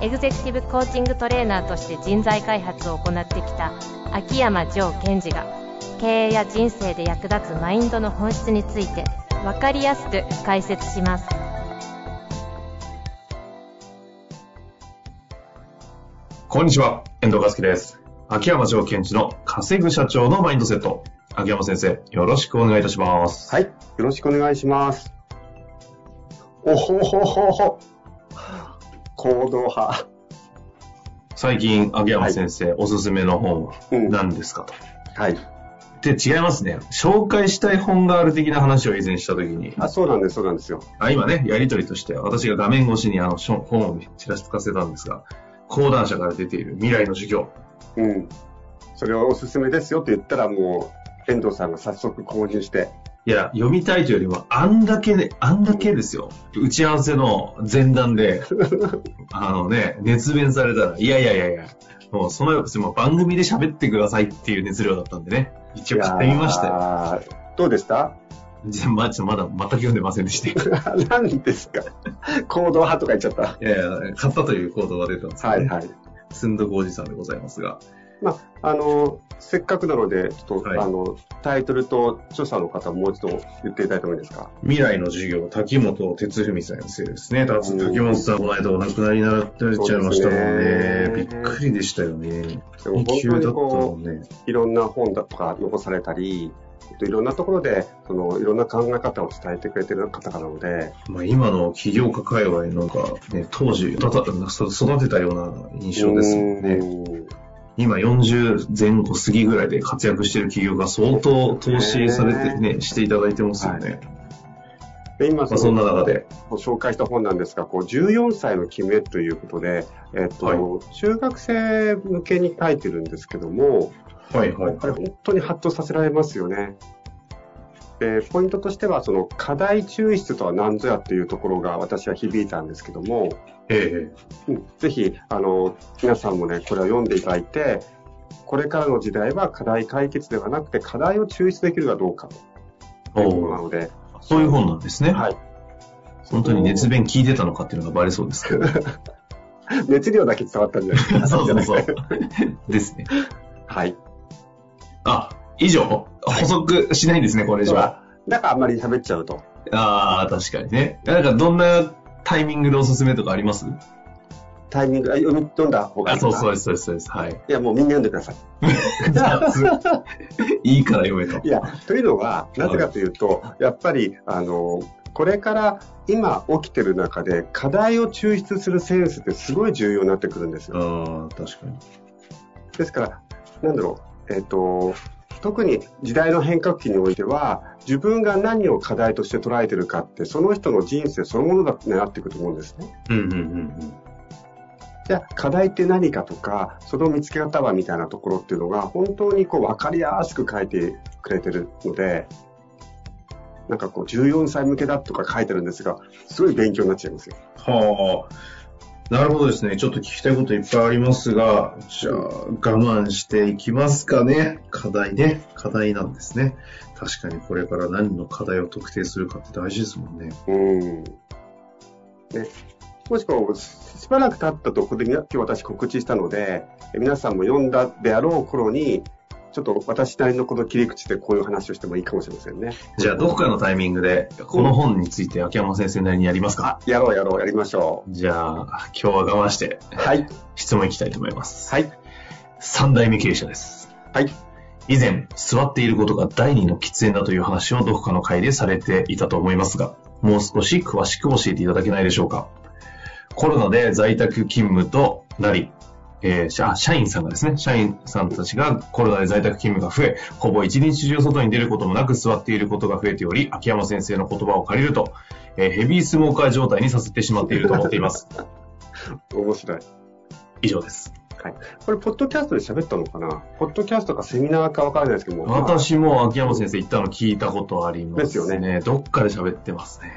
エグゼクティブコーチングトレーナーとして人材開発を行ってきた秋山城賢治が経営や人生で役立つマインドの本質について分かりやすく解説しますこんにちは、遠藤和樹です。秋山城賢治の稼ぐ社長のマインドセット。秋山先生、よろしくお願いいたします。はい。よろしくお願いします。おほほほほ。行動派。最近、秋山先生、おすすめの本はうん。何ですかと。はい。で、違いますね。紹介したい本がある的な話を以前したときに、あ、そうなんです、そうなんですよ。あ今ね、やりとりとして、私が画面越しにあのしょ本をちらつかせたんですが、講談社から出ている未来の授業。うん。それをおすすめですよって言ったら、もう、遠藤さんが早速購入して。いや、読みたいというよりは、あんだけね、あんだけですよ。打ち合わせの前段 で、あのね、熱弁されたら、いやいやいやいや、もうその、その番組で喋ってくださいっていう熱量だったんでね、一応買ってみましたよ。たよ。どうでした じゃまちょまだ全く読んでませんでした。い何ですか行動派とか言っちゃった。やいや、買ったという行動が出たんですけど、はいはい。すんどくおじさんでございますが。まあ、あの、せっかくなので、ちょっと、はいあの、タイトルと著者の方もう一度言っていただいてもいいですか未来の授業、滝本哲文先生ですね。たうん滝本さん、この間お亡くなりになられちゃいましたもんね。そうびっですねくりでしたよね。で2も本級当だったにも、こうんね。いろんな本だとか残されたり、えっといろんなところで、そのいろんな考え方を伝えてくれてる方々なので、まあ、今の起業家界隈なんか、ね、当時たたそ育てたような印象ですもんね。うん今40前後過ぎぐらいで活躍してる企業が相当投資されてね、していただいてますよね。で今まあ、そんな中で。ご紹介した本なんですが、こう14歳の決めということで、えっとはい中学生向けに書いてるんですけども、はいはいこれはい。本当にハッとさせられますよね。でポイントとしては、その課題抽出とは何ぞやっていうところが私は響いたんですけども、えうんぜひあの皆さんもねこれを読んでいただいてこれからの時代は課題解決ではなくて課題を抽出できるかどうかえということおなうので、そういう本なんですね。はい、本当に熱弁聞いてたのかっていうのがバレそうですけど。熱量だけ伝わったんじゃないですか そうそうそう。 ですね。はいあ、以上。補足しないんですね、これ以で上。あはだからあんまり喋っちゃうとあー、確かにね。なんかどんなタイミングでおすすめとかありますタイミングあ読み読んだ方がいあ、いかそなうそうです、そうです、そうです。はい。いやもうみんな読んでくださいい いから読めと。いやというのはなぜかというと、やっぱりあのこれから今起きてる中で課題を抽出するセンスってすごい重要になってくるんですよああ、確かに。ですから、なんだろう、えっ、と、特に時代の変革期においては、自分が何を課題として捉えてるかって、その人の人生そのものだってなっていくと思うんですね。うんうんうんじゃあ、課題って何かとか、その見つけ方はみたいなところっていうのが、本当にこう分かりやすく書いてくれてるので、なんかこう、14歳向けだとか書いてるんですが、すごい勉強になっちゃいますよ。はあ。なるほどですね。ちょっと聞きたいこといっぱいありますが、じゃあ、我慢していきますかね。課題ね。課題なんですね。確かにこれから何の課題を特定するかって大事ですもんね。うん。ね、もしくは、しばらく経ったところで、今日私告知したので、え皆さんも読んだであろう頃に、ちょっと私なりのこの切り口でこういう話をしてもいいかもしれませんね。じゃあ、どこかのタイミングで、この本について秋山先生なりにやりますかやろうやろう、やりましょじゃあ、今日は我慢してう。はい。質問いきたいと思います。はい。三代目経営者です。はい。以前、座っていることが第二の喫煙だという話をどこかの会でされていたと思いますが、もう少し詳しく教えていただけないでしょうか。コロナで在宅勤務となり、えー社社員さんがですね、社員さんたちがコロナで在宅勤務が増え、ほぼ一日中外に出ることもなく座っていることが増えており、秋山先生の言葉を借りると、えーヘビースモーカー状態にさせてしまっていると思っています。面白い。 以上です。はい。これ、ポッドキャストで喋ったのかなポッドキャストかセミナーかわからないですけども、まあ私も秋山先生言ったの聞いたことありますね。ですよねどっかで喋ってますね。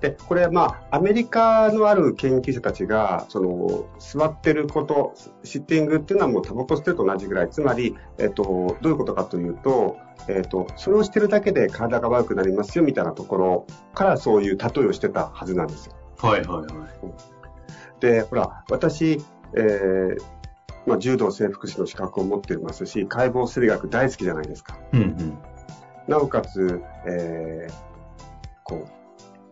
で、これ、まあ、アメリカのある研究者たちが、その、座ってること、シッティングっていうのはもうタバコ吸ってると同じぐらい。つまり、えっと、どういうことかというと、えっと、それをしてるだけで体が悪くなりますよ、みたいなところからそういう例えをしてたはずなんですよ。はいはいはい。で、ほら、私、えー、まあ、柔道整復師の資格を持ってますし、解剖生理学大好きじゃないですか。うんなおかつ、えー、こう、うん。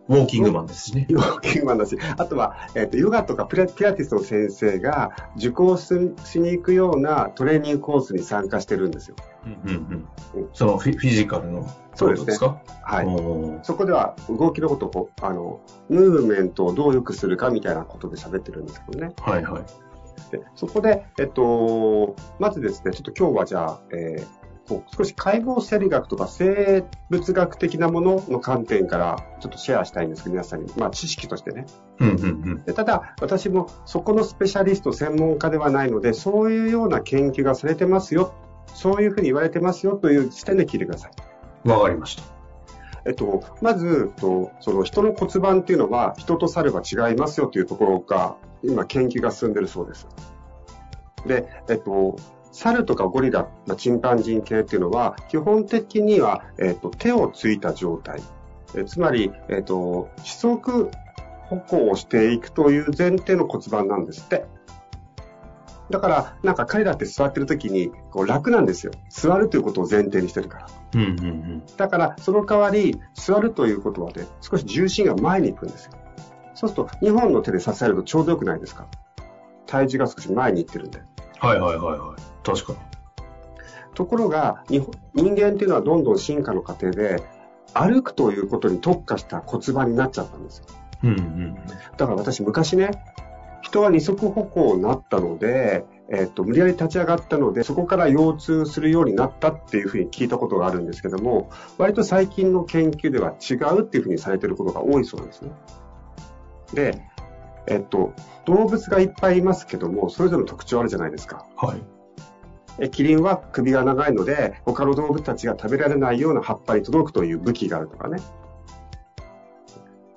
ウォーキングマンですしね。ヨガ研マンだし、あとは、えっ、と、ヨガとかピラピラティスの先生が受講すしに行くようなトレーニングコースに参加してるんですよ。うんうんうん。そのフィフィジカルのそうですねですかはい。おーそこでは動きのことをこう、あの、ムーブメントをどう良くするかみたいなことで喋ってるんですけどね。はいはい。でそこで、えっと、まずですね、ちょっと今日はじゃあ、えーこう少し解剖生理学とか生物学的なものの観点からちょっとシェアしたいんですけど、皆さんに、まあ知識としてね。うんうんでただ、私もそこのスペシャリスト、専門家ではないので、そういうような研究がされてますよ、そういうふうに言われてますよという視点で聞いてください。うん。わかりました。えっと、まず、えっとその人の骨盤っていうのは、人と猿は違いますよというところが、今、研究が進んでるそうです。で、えっと、猿とかゴリラ、まあ、チンパンジン系っていうのは、基本的には、えっと、手をついた状態。えつまり、えっと、四足歩行をしていくという前提の骨盤なんですって。だから、なんか彼らって座ってる時に、こう楽なんですよ。座るということを前提にしてるから。うんうんうん。だから、その代わり、座るということはね、少し重心が前に行くんですよ。そうすると、2本の手で支えるとちょうどよくないですか体重が少し前に行ってるんで。はいはいはいはい。確かに。ところが、日本人間っていうのはどんどん進化の過程で、歩くということに特化した骨盤になっちゃったんですよ。うんうんだから私、昔ね、人は二足歩行になったので、えっと、無理やり立ち上がったので、そこから腰痛するようになったっていうふうに聞いたことがあるんですけども、割と最近の研究では違うっていうふうにされてることが多いそうなんですね。で、えっと、動物がいっぱいいますけども、それぞれの特徴あるじゃないですか。うん。はい。えキリンは首が長いので、他の動物たちが食べられないような葉っぱに届くという武器があるとかね。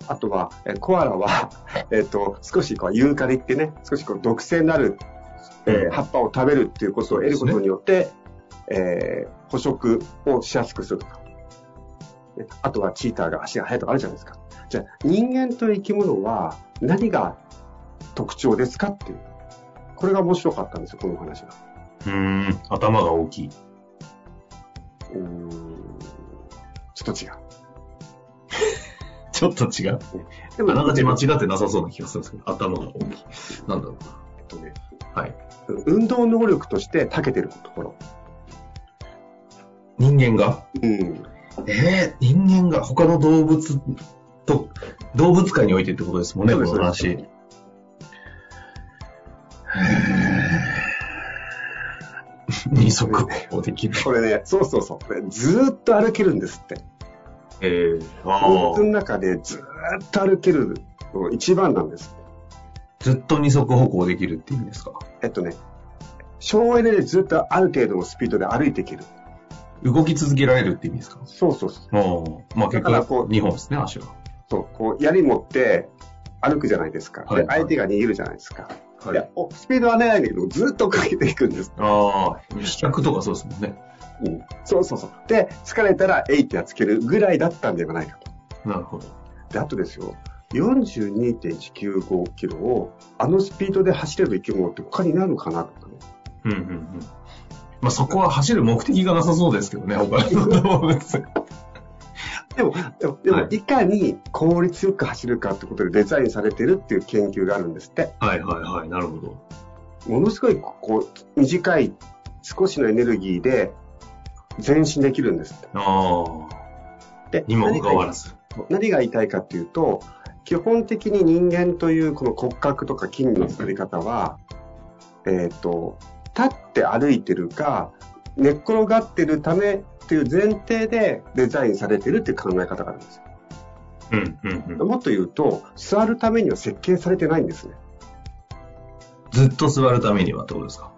あとは、えコアラは、 えっと、少しこう、ユーカリってね、少しこう、毒性になる、えー葉っぱを食べるっていうことを得ることによって、えー捕食をしやすくするとか。ねあとはチーターが足が速いとかあるじゃないですか。じゃあ、人間という生き物は何が特徴ですかっていう。これが面白かったんですよ、この話が。うーん。頭が大きい。うーんちょっと違う。ちょっと違う。あでななんがかち間ね違ってなさそうな気がするんですけど、頭が大きい。なんだろうえっとね、な。はい。運動能力として長けてるところ。人間がうん。えー、人間が他の動物と、動物界においてってことですもんね、そこうでのす話。そうへでー二足歩行できる。これね、そうそうそう。これずーっと歩けるんですって。えー、動あ物ーの中でずーっと歩けるのが一番なんです。ずっと二足歩行できるって意味ですかえっとね、省エネでずっとある程度のスピードで歩いていける。動き続けられるって意味ですかそうそうそう。おまあ結だからこ局、う二本ですね、足は。そうこう、槍持って歩くじゃないですか。はでい、相手が逃げるじゃないですか。はいいや、おスピードは出ないんだけど、ずーっとかけていくんです。ああ、飛脚とかそうですもんね。うん。そうそうそう。で、疲れたら、えいってやっつけるぐらいだったんではないかと。なるほど。で、あとですよ、42.195キロを、あのスピードで走れる生き物って他になるかなとかね。うんうんうん。まあそこは走る目的がなさそうですけどね、他の動物。でも、でも、でもはいいかに効率よく走るかってことでデザインされてるっていう研究があるんですって。はいはいはい、なるほど。ものすごい、こう、短い、少しのエネルギーで、前進できるんですって。ああ。でにもかかわらず。何が言いたいかっていうと、基本的に人間というこの骨格とか筋肉の作り方は、えっ、と、立って歩いてるか、寝っ転がってるためっていう前提でデザインされてるっていう考え方があるんですうんうんうよ。ん。もっと言うと、座るためには設計されてないんですね。ずっと座るためにはってことですか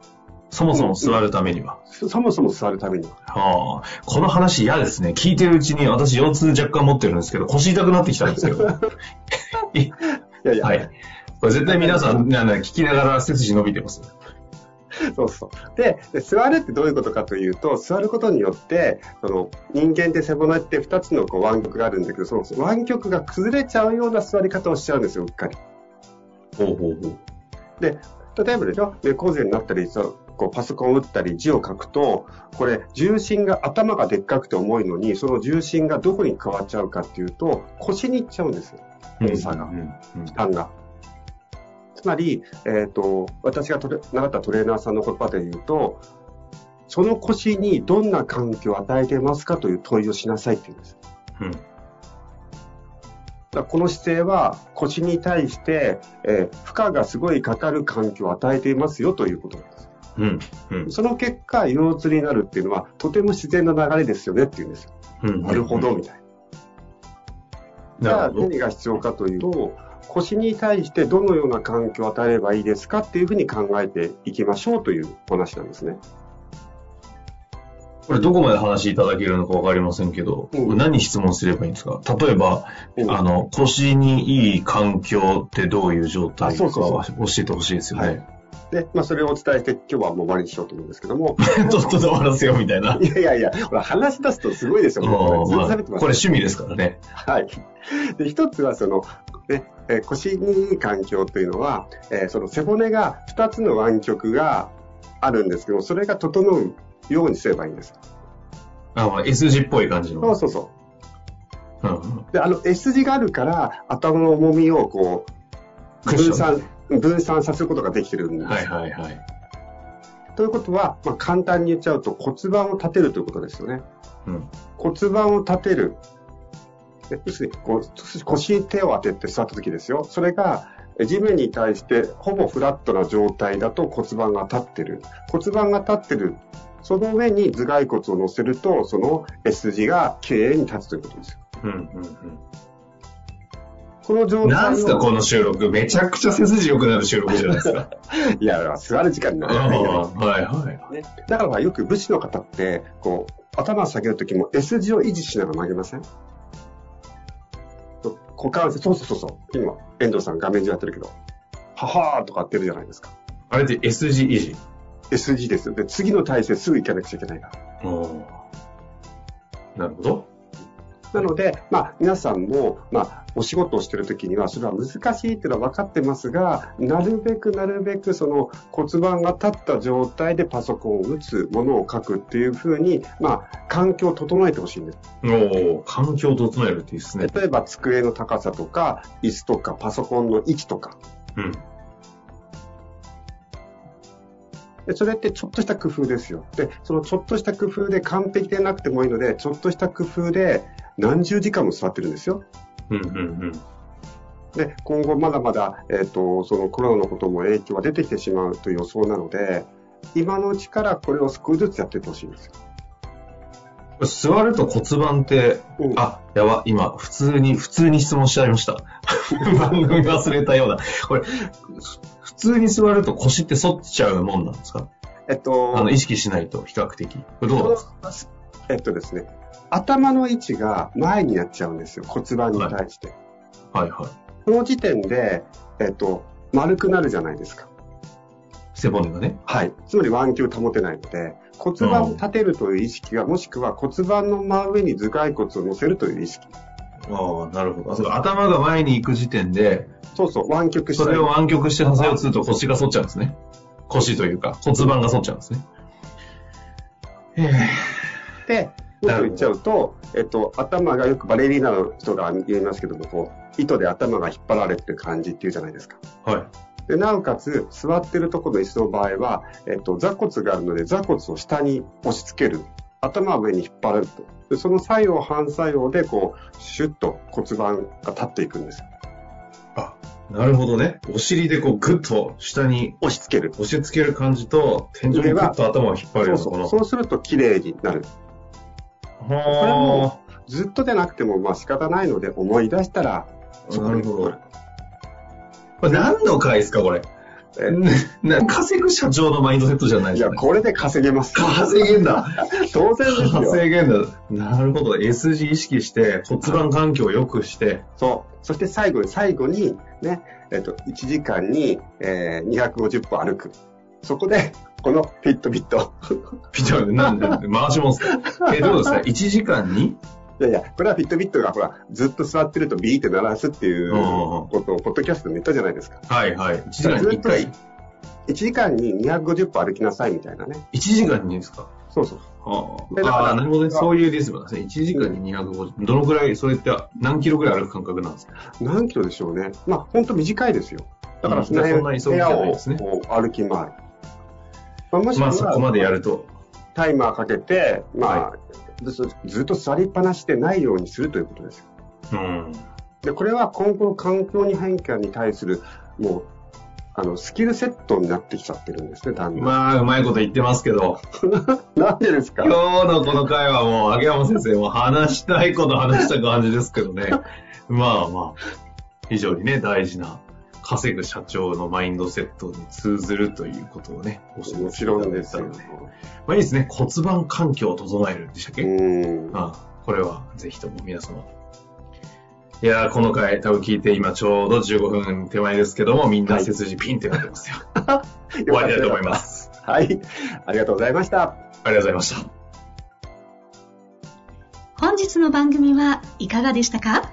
そもそも座るためには。そそもそも座るためには。はあ、この話嫌ですね。聞いてるうちに私腰痛若干持ってるんですけど、腰痛くなってきたんですけど。 いいやいや、はい。これ絶対皆さん、なな聞きながら背筋伸びてます。そうそうで。で、座るってどういうことかというと、座ることによって、その人間って背骨って2つのこう湾曲があるんだけど、その湾曲が崩れちゃうような座り方をしちゃうんですよ、うっかり。ほうほうほう。で、例えばでしょ、猫背になったり、そうこうパソコンを打ったり字を書くと、これ、重心が頭がでっかくて重いのに、その重心がどこに変わっちゃうかっていうと、腰に行っちゃうんですよ、重さがうんうんうん負担が。つまり、えっ、と、私がトレ習ったトレーナーさんの言葉で言うと、その腰にどんな環境を与えてますかという問いをしなさいって言うんです。うんだからこの姿勢は腰に対して、えー負荷がすごいかかる環境を与えていますよということなんです。うんうんその結果、腰痛になるっていうのはとても自然な流れですよねっていうんですよ。うんなるほど、みたいな。じゃなあるほど。何が必要かというと、腰に対してどのような環境を与えればいいですかっていうふうに考えていきましょうというお話なんですね。これどこまで話いただけるのかわかりませんけど、うんこれ何質問すればいいんですか例えば、うんあの、腰にいい環境ってどういう状態あかそうはそうそう教えてほしいですよ ね。で、まあ、それをお伝えして、今日はもう終わりにしようと思うんですけ ども、とっとと終わらせようみたいな。いやいやいや、ほら話し出すとすごいですよ、もうずっまとあ喋ってますよこれ趣味ですからね。はい。で、一つはその、ね、えー腰にいい環境というのは、えーその背骨が2つの湾曲があるんですけど、それが整うようにすればいいんです。あまあ S 字っぽい感じそうの。そうそうんうんう。で、あの、S 字があるから、頭の重みをこう、クッショ分ン散、分散させることができてるんです。はいはいはい。ということは、まあ、簡単に言っちゃうと骨盤を立てるということですよね。うん骨盤を立てる。で要するにこう腰に手を当てて座った時ですよ。それがえ地面に対してほぼフラットな状態だと骨盤が立ってる。骨盤が立ってる。その上に頭蓋骨を乗せると、その S 字が綺麗に立つということですよ。うんうんこの状う態ん、をなんすかこの収録めちゃくちゃ背筋良くなる収録じゃないです か。いや、座る時間にうんならないからはいはい。ね、だからよく武士の方ってこう頭を下げるときも S 字を維持しながら投げませんそう股関節、そうそうそうそう、今、遠藤さん画面上やってるけど、ははーとかやってるじゃないですか。あれって S 字維持。 S 字ですよ。で、次の体勢すぐ行かなくちゃいけないから。うんなるほど。なので、まあ、皆さんも、まあ、お仕事をしてるときには、それは難しいっていうのは分かってますが、なるべくなるべく、その骨盤が立った状態でパソコンを打つ、ものを書くっていうふうに、まあ、環境を整えてほしいんです。おお、環境を整えるっていいですね。例えば机の高さとか、椅子とか、パソコンの位置とか。うん。でそれってちょっとした工夫ですよ。で、そのちょっとした工夫で完璧でなくてもいいので、ちょっとした工夫で何十時間も座ってるんですよ。うんうんで、今後まだまだ、えっ、と、そのコロナのことも影響が出てきてしまうという予想なので、今のうちからこれを少しずつやってってほしいんですよ。うん。座ると骨盤って、うんあ、やば、今、普通に、普通に質問しちゃいました。 番組忘れたような。これ、ふ普通に座ると腰って反っちゃうもんなんですかえっあとの、、意識しないと、比較的。これどうなんですかえっとですね、頭の位置が前になっちゃうんですよ。骨盤に対して。はいはい。この時点で、えっと、丸くなるじゃないですか。背骨がね。はい。つまり腕球を保てないので、骨盤を立てるという意識が、もしくは骨盤の真上に頭蓋骨を乗せるという意識。ああ、なるほど。あそうか頭が前に行く時点で、そうそう、腕曲しそたれいを湾曲して支えようとすると腰が反っちゃうんですね。腰というか、骨盤が反っちゃうんですね。ええで、もっと言っちゃうと、えっと、頭がよくバレリーナの人が言いますけども、こう、糸で頭が引っ張られてる感じっていうじゃないですか。はい。で、なおかつ、座ってるところの椅子の場合は、えっと、座骨があるので、座骨を下に押し付ける。頭は上に引っ張られると。でその作用、反作用で、こう、シュッと骨盤が立っていくんですよ。なるほどね。お尻でこうグッと下に押し付ける。押し付ける感じと、天井にグッと頭を引っ張るようなこそうそうの。そうすると綺麗になる。れもずっとでなくても、まあ仕方ないので、思い出したら、はあ、なるほど。これ何の回ですか、これ。って。な稼ぐ社長のマインドセットじゃないいですや、か、ね。これで稼げます。稼げんだ。当然ですよ。稼げんだ。なるほど。SG 意識して骨盤環境を良くして、そう。そして最後に、最後に、ね、えっと、1時間に、えー、250歩歩く。そこで、このフィットビット。ピチャンで、なんで、回しもんすか。え、どうですか ?1 時間にいやいや、これはフィットビットが、ほら、ずっと座ってるとビーって鳴らすっていううんことを、ポッドキャストでも言ったじゃないですか。はいはい。1時間に1回ずっ1時間に250歩歩きなさいみたいなね。 ?1 時間にですかそうそう。あえだからあ、なるほどね。そういうリズムなんですね。1時間に250。どのくらい、それって何キロぐらい歩く感覚なんですか何キロでしょうね。まあ、ほんと短いですよ。だからうんじゃあそんなに急ぐ部じ屋ゃないをですねこう歩き回る。まあ、もしくまはあそこまでやると。タイマーかけて、まあ、ずずっと座りっぱなしでないようにするということですよ。うん。で、これは今後の環境に変化に対する、もう、あの、スキルセットになってきちゃってるんですね、だんだん。まあ、うまいこと言ってますけど、なんでですか今日のこの回はもう、秋山先生も話したいこと話した感じですけど ね。まあまあ、非常にね、大事な、稼ぐ社長のマインドセットに通ずるということをね、教えもてちいたろだんいですたよの。まあいいですね、骨盤環境を整えるんでしたっうけ、ん。ああこれはぜひとも皆様。いやー、この回多分聞いて今ちょうど15分手前ですけども、みんな背筋ピンってなってますよ。終わりたいと思います。はい。ありがとうございました。ありがとうございました。本日の番組はいかがでしたか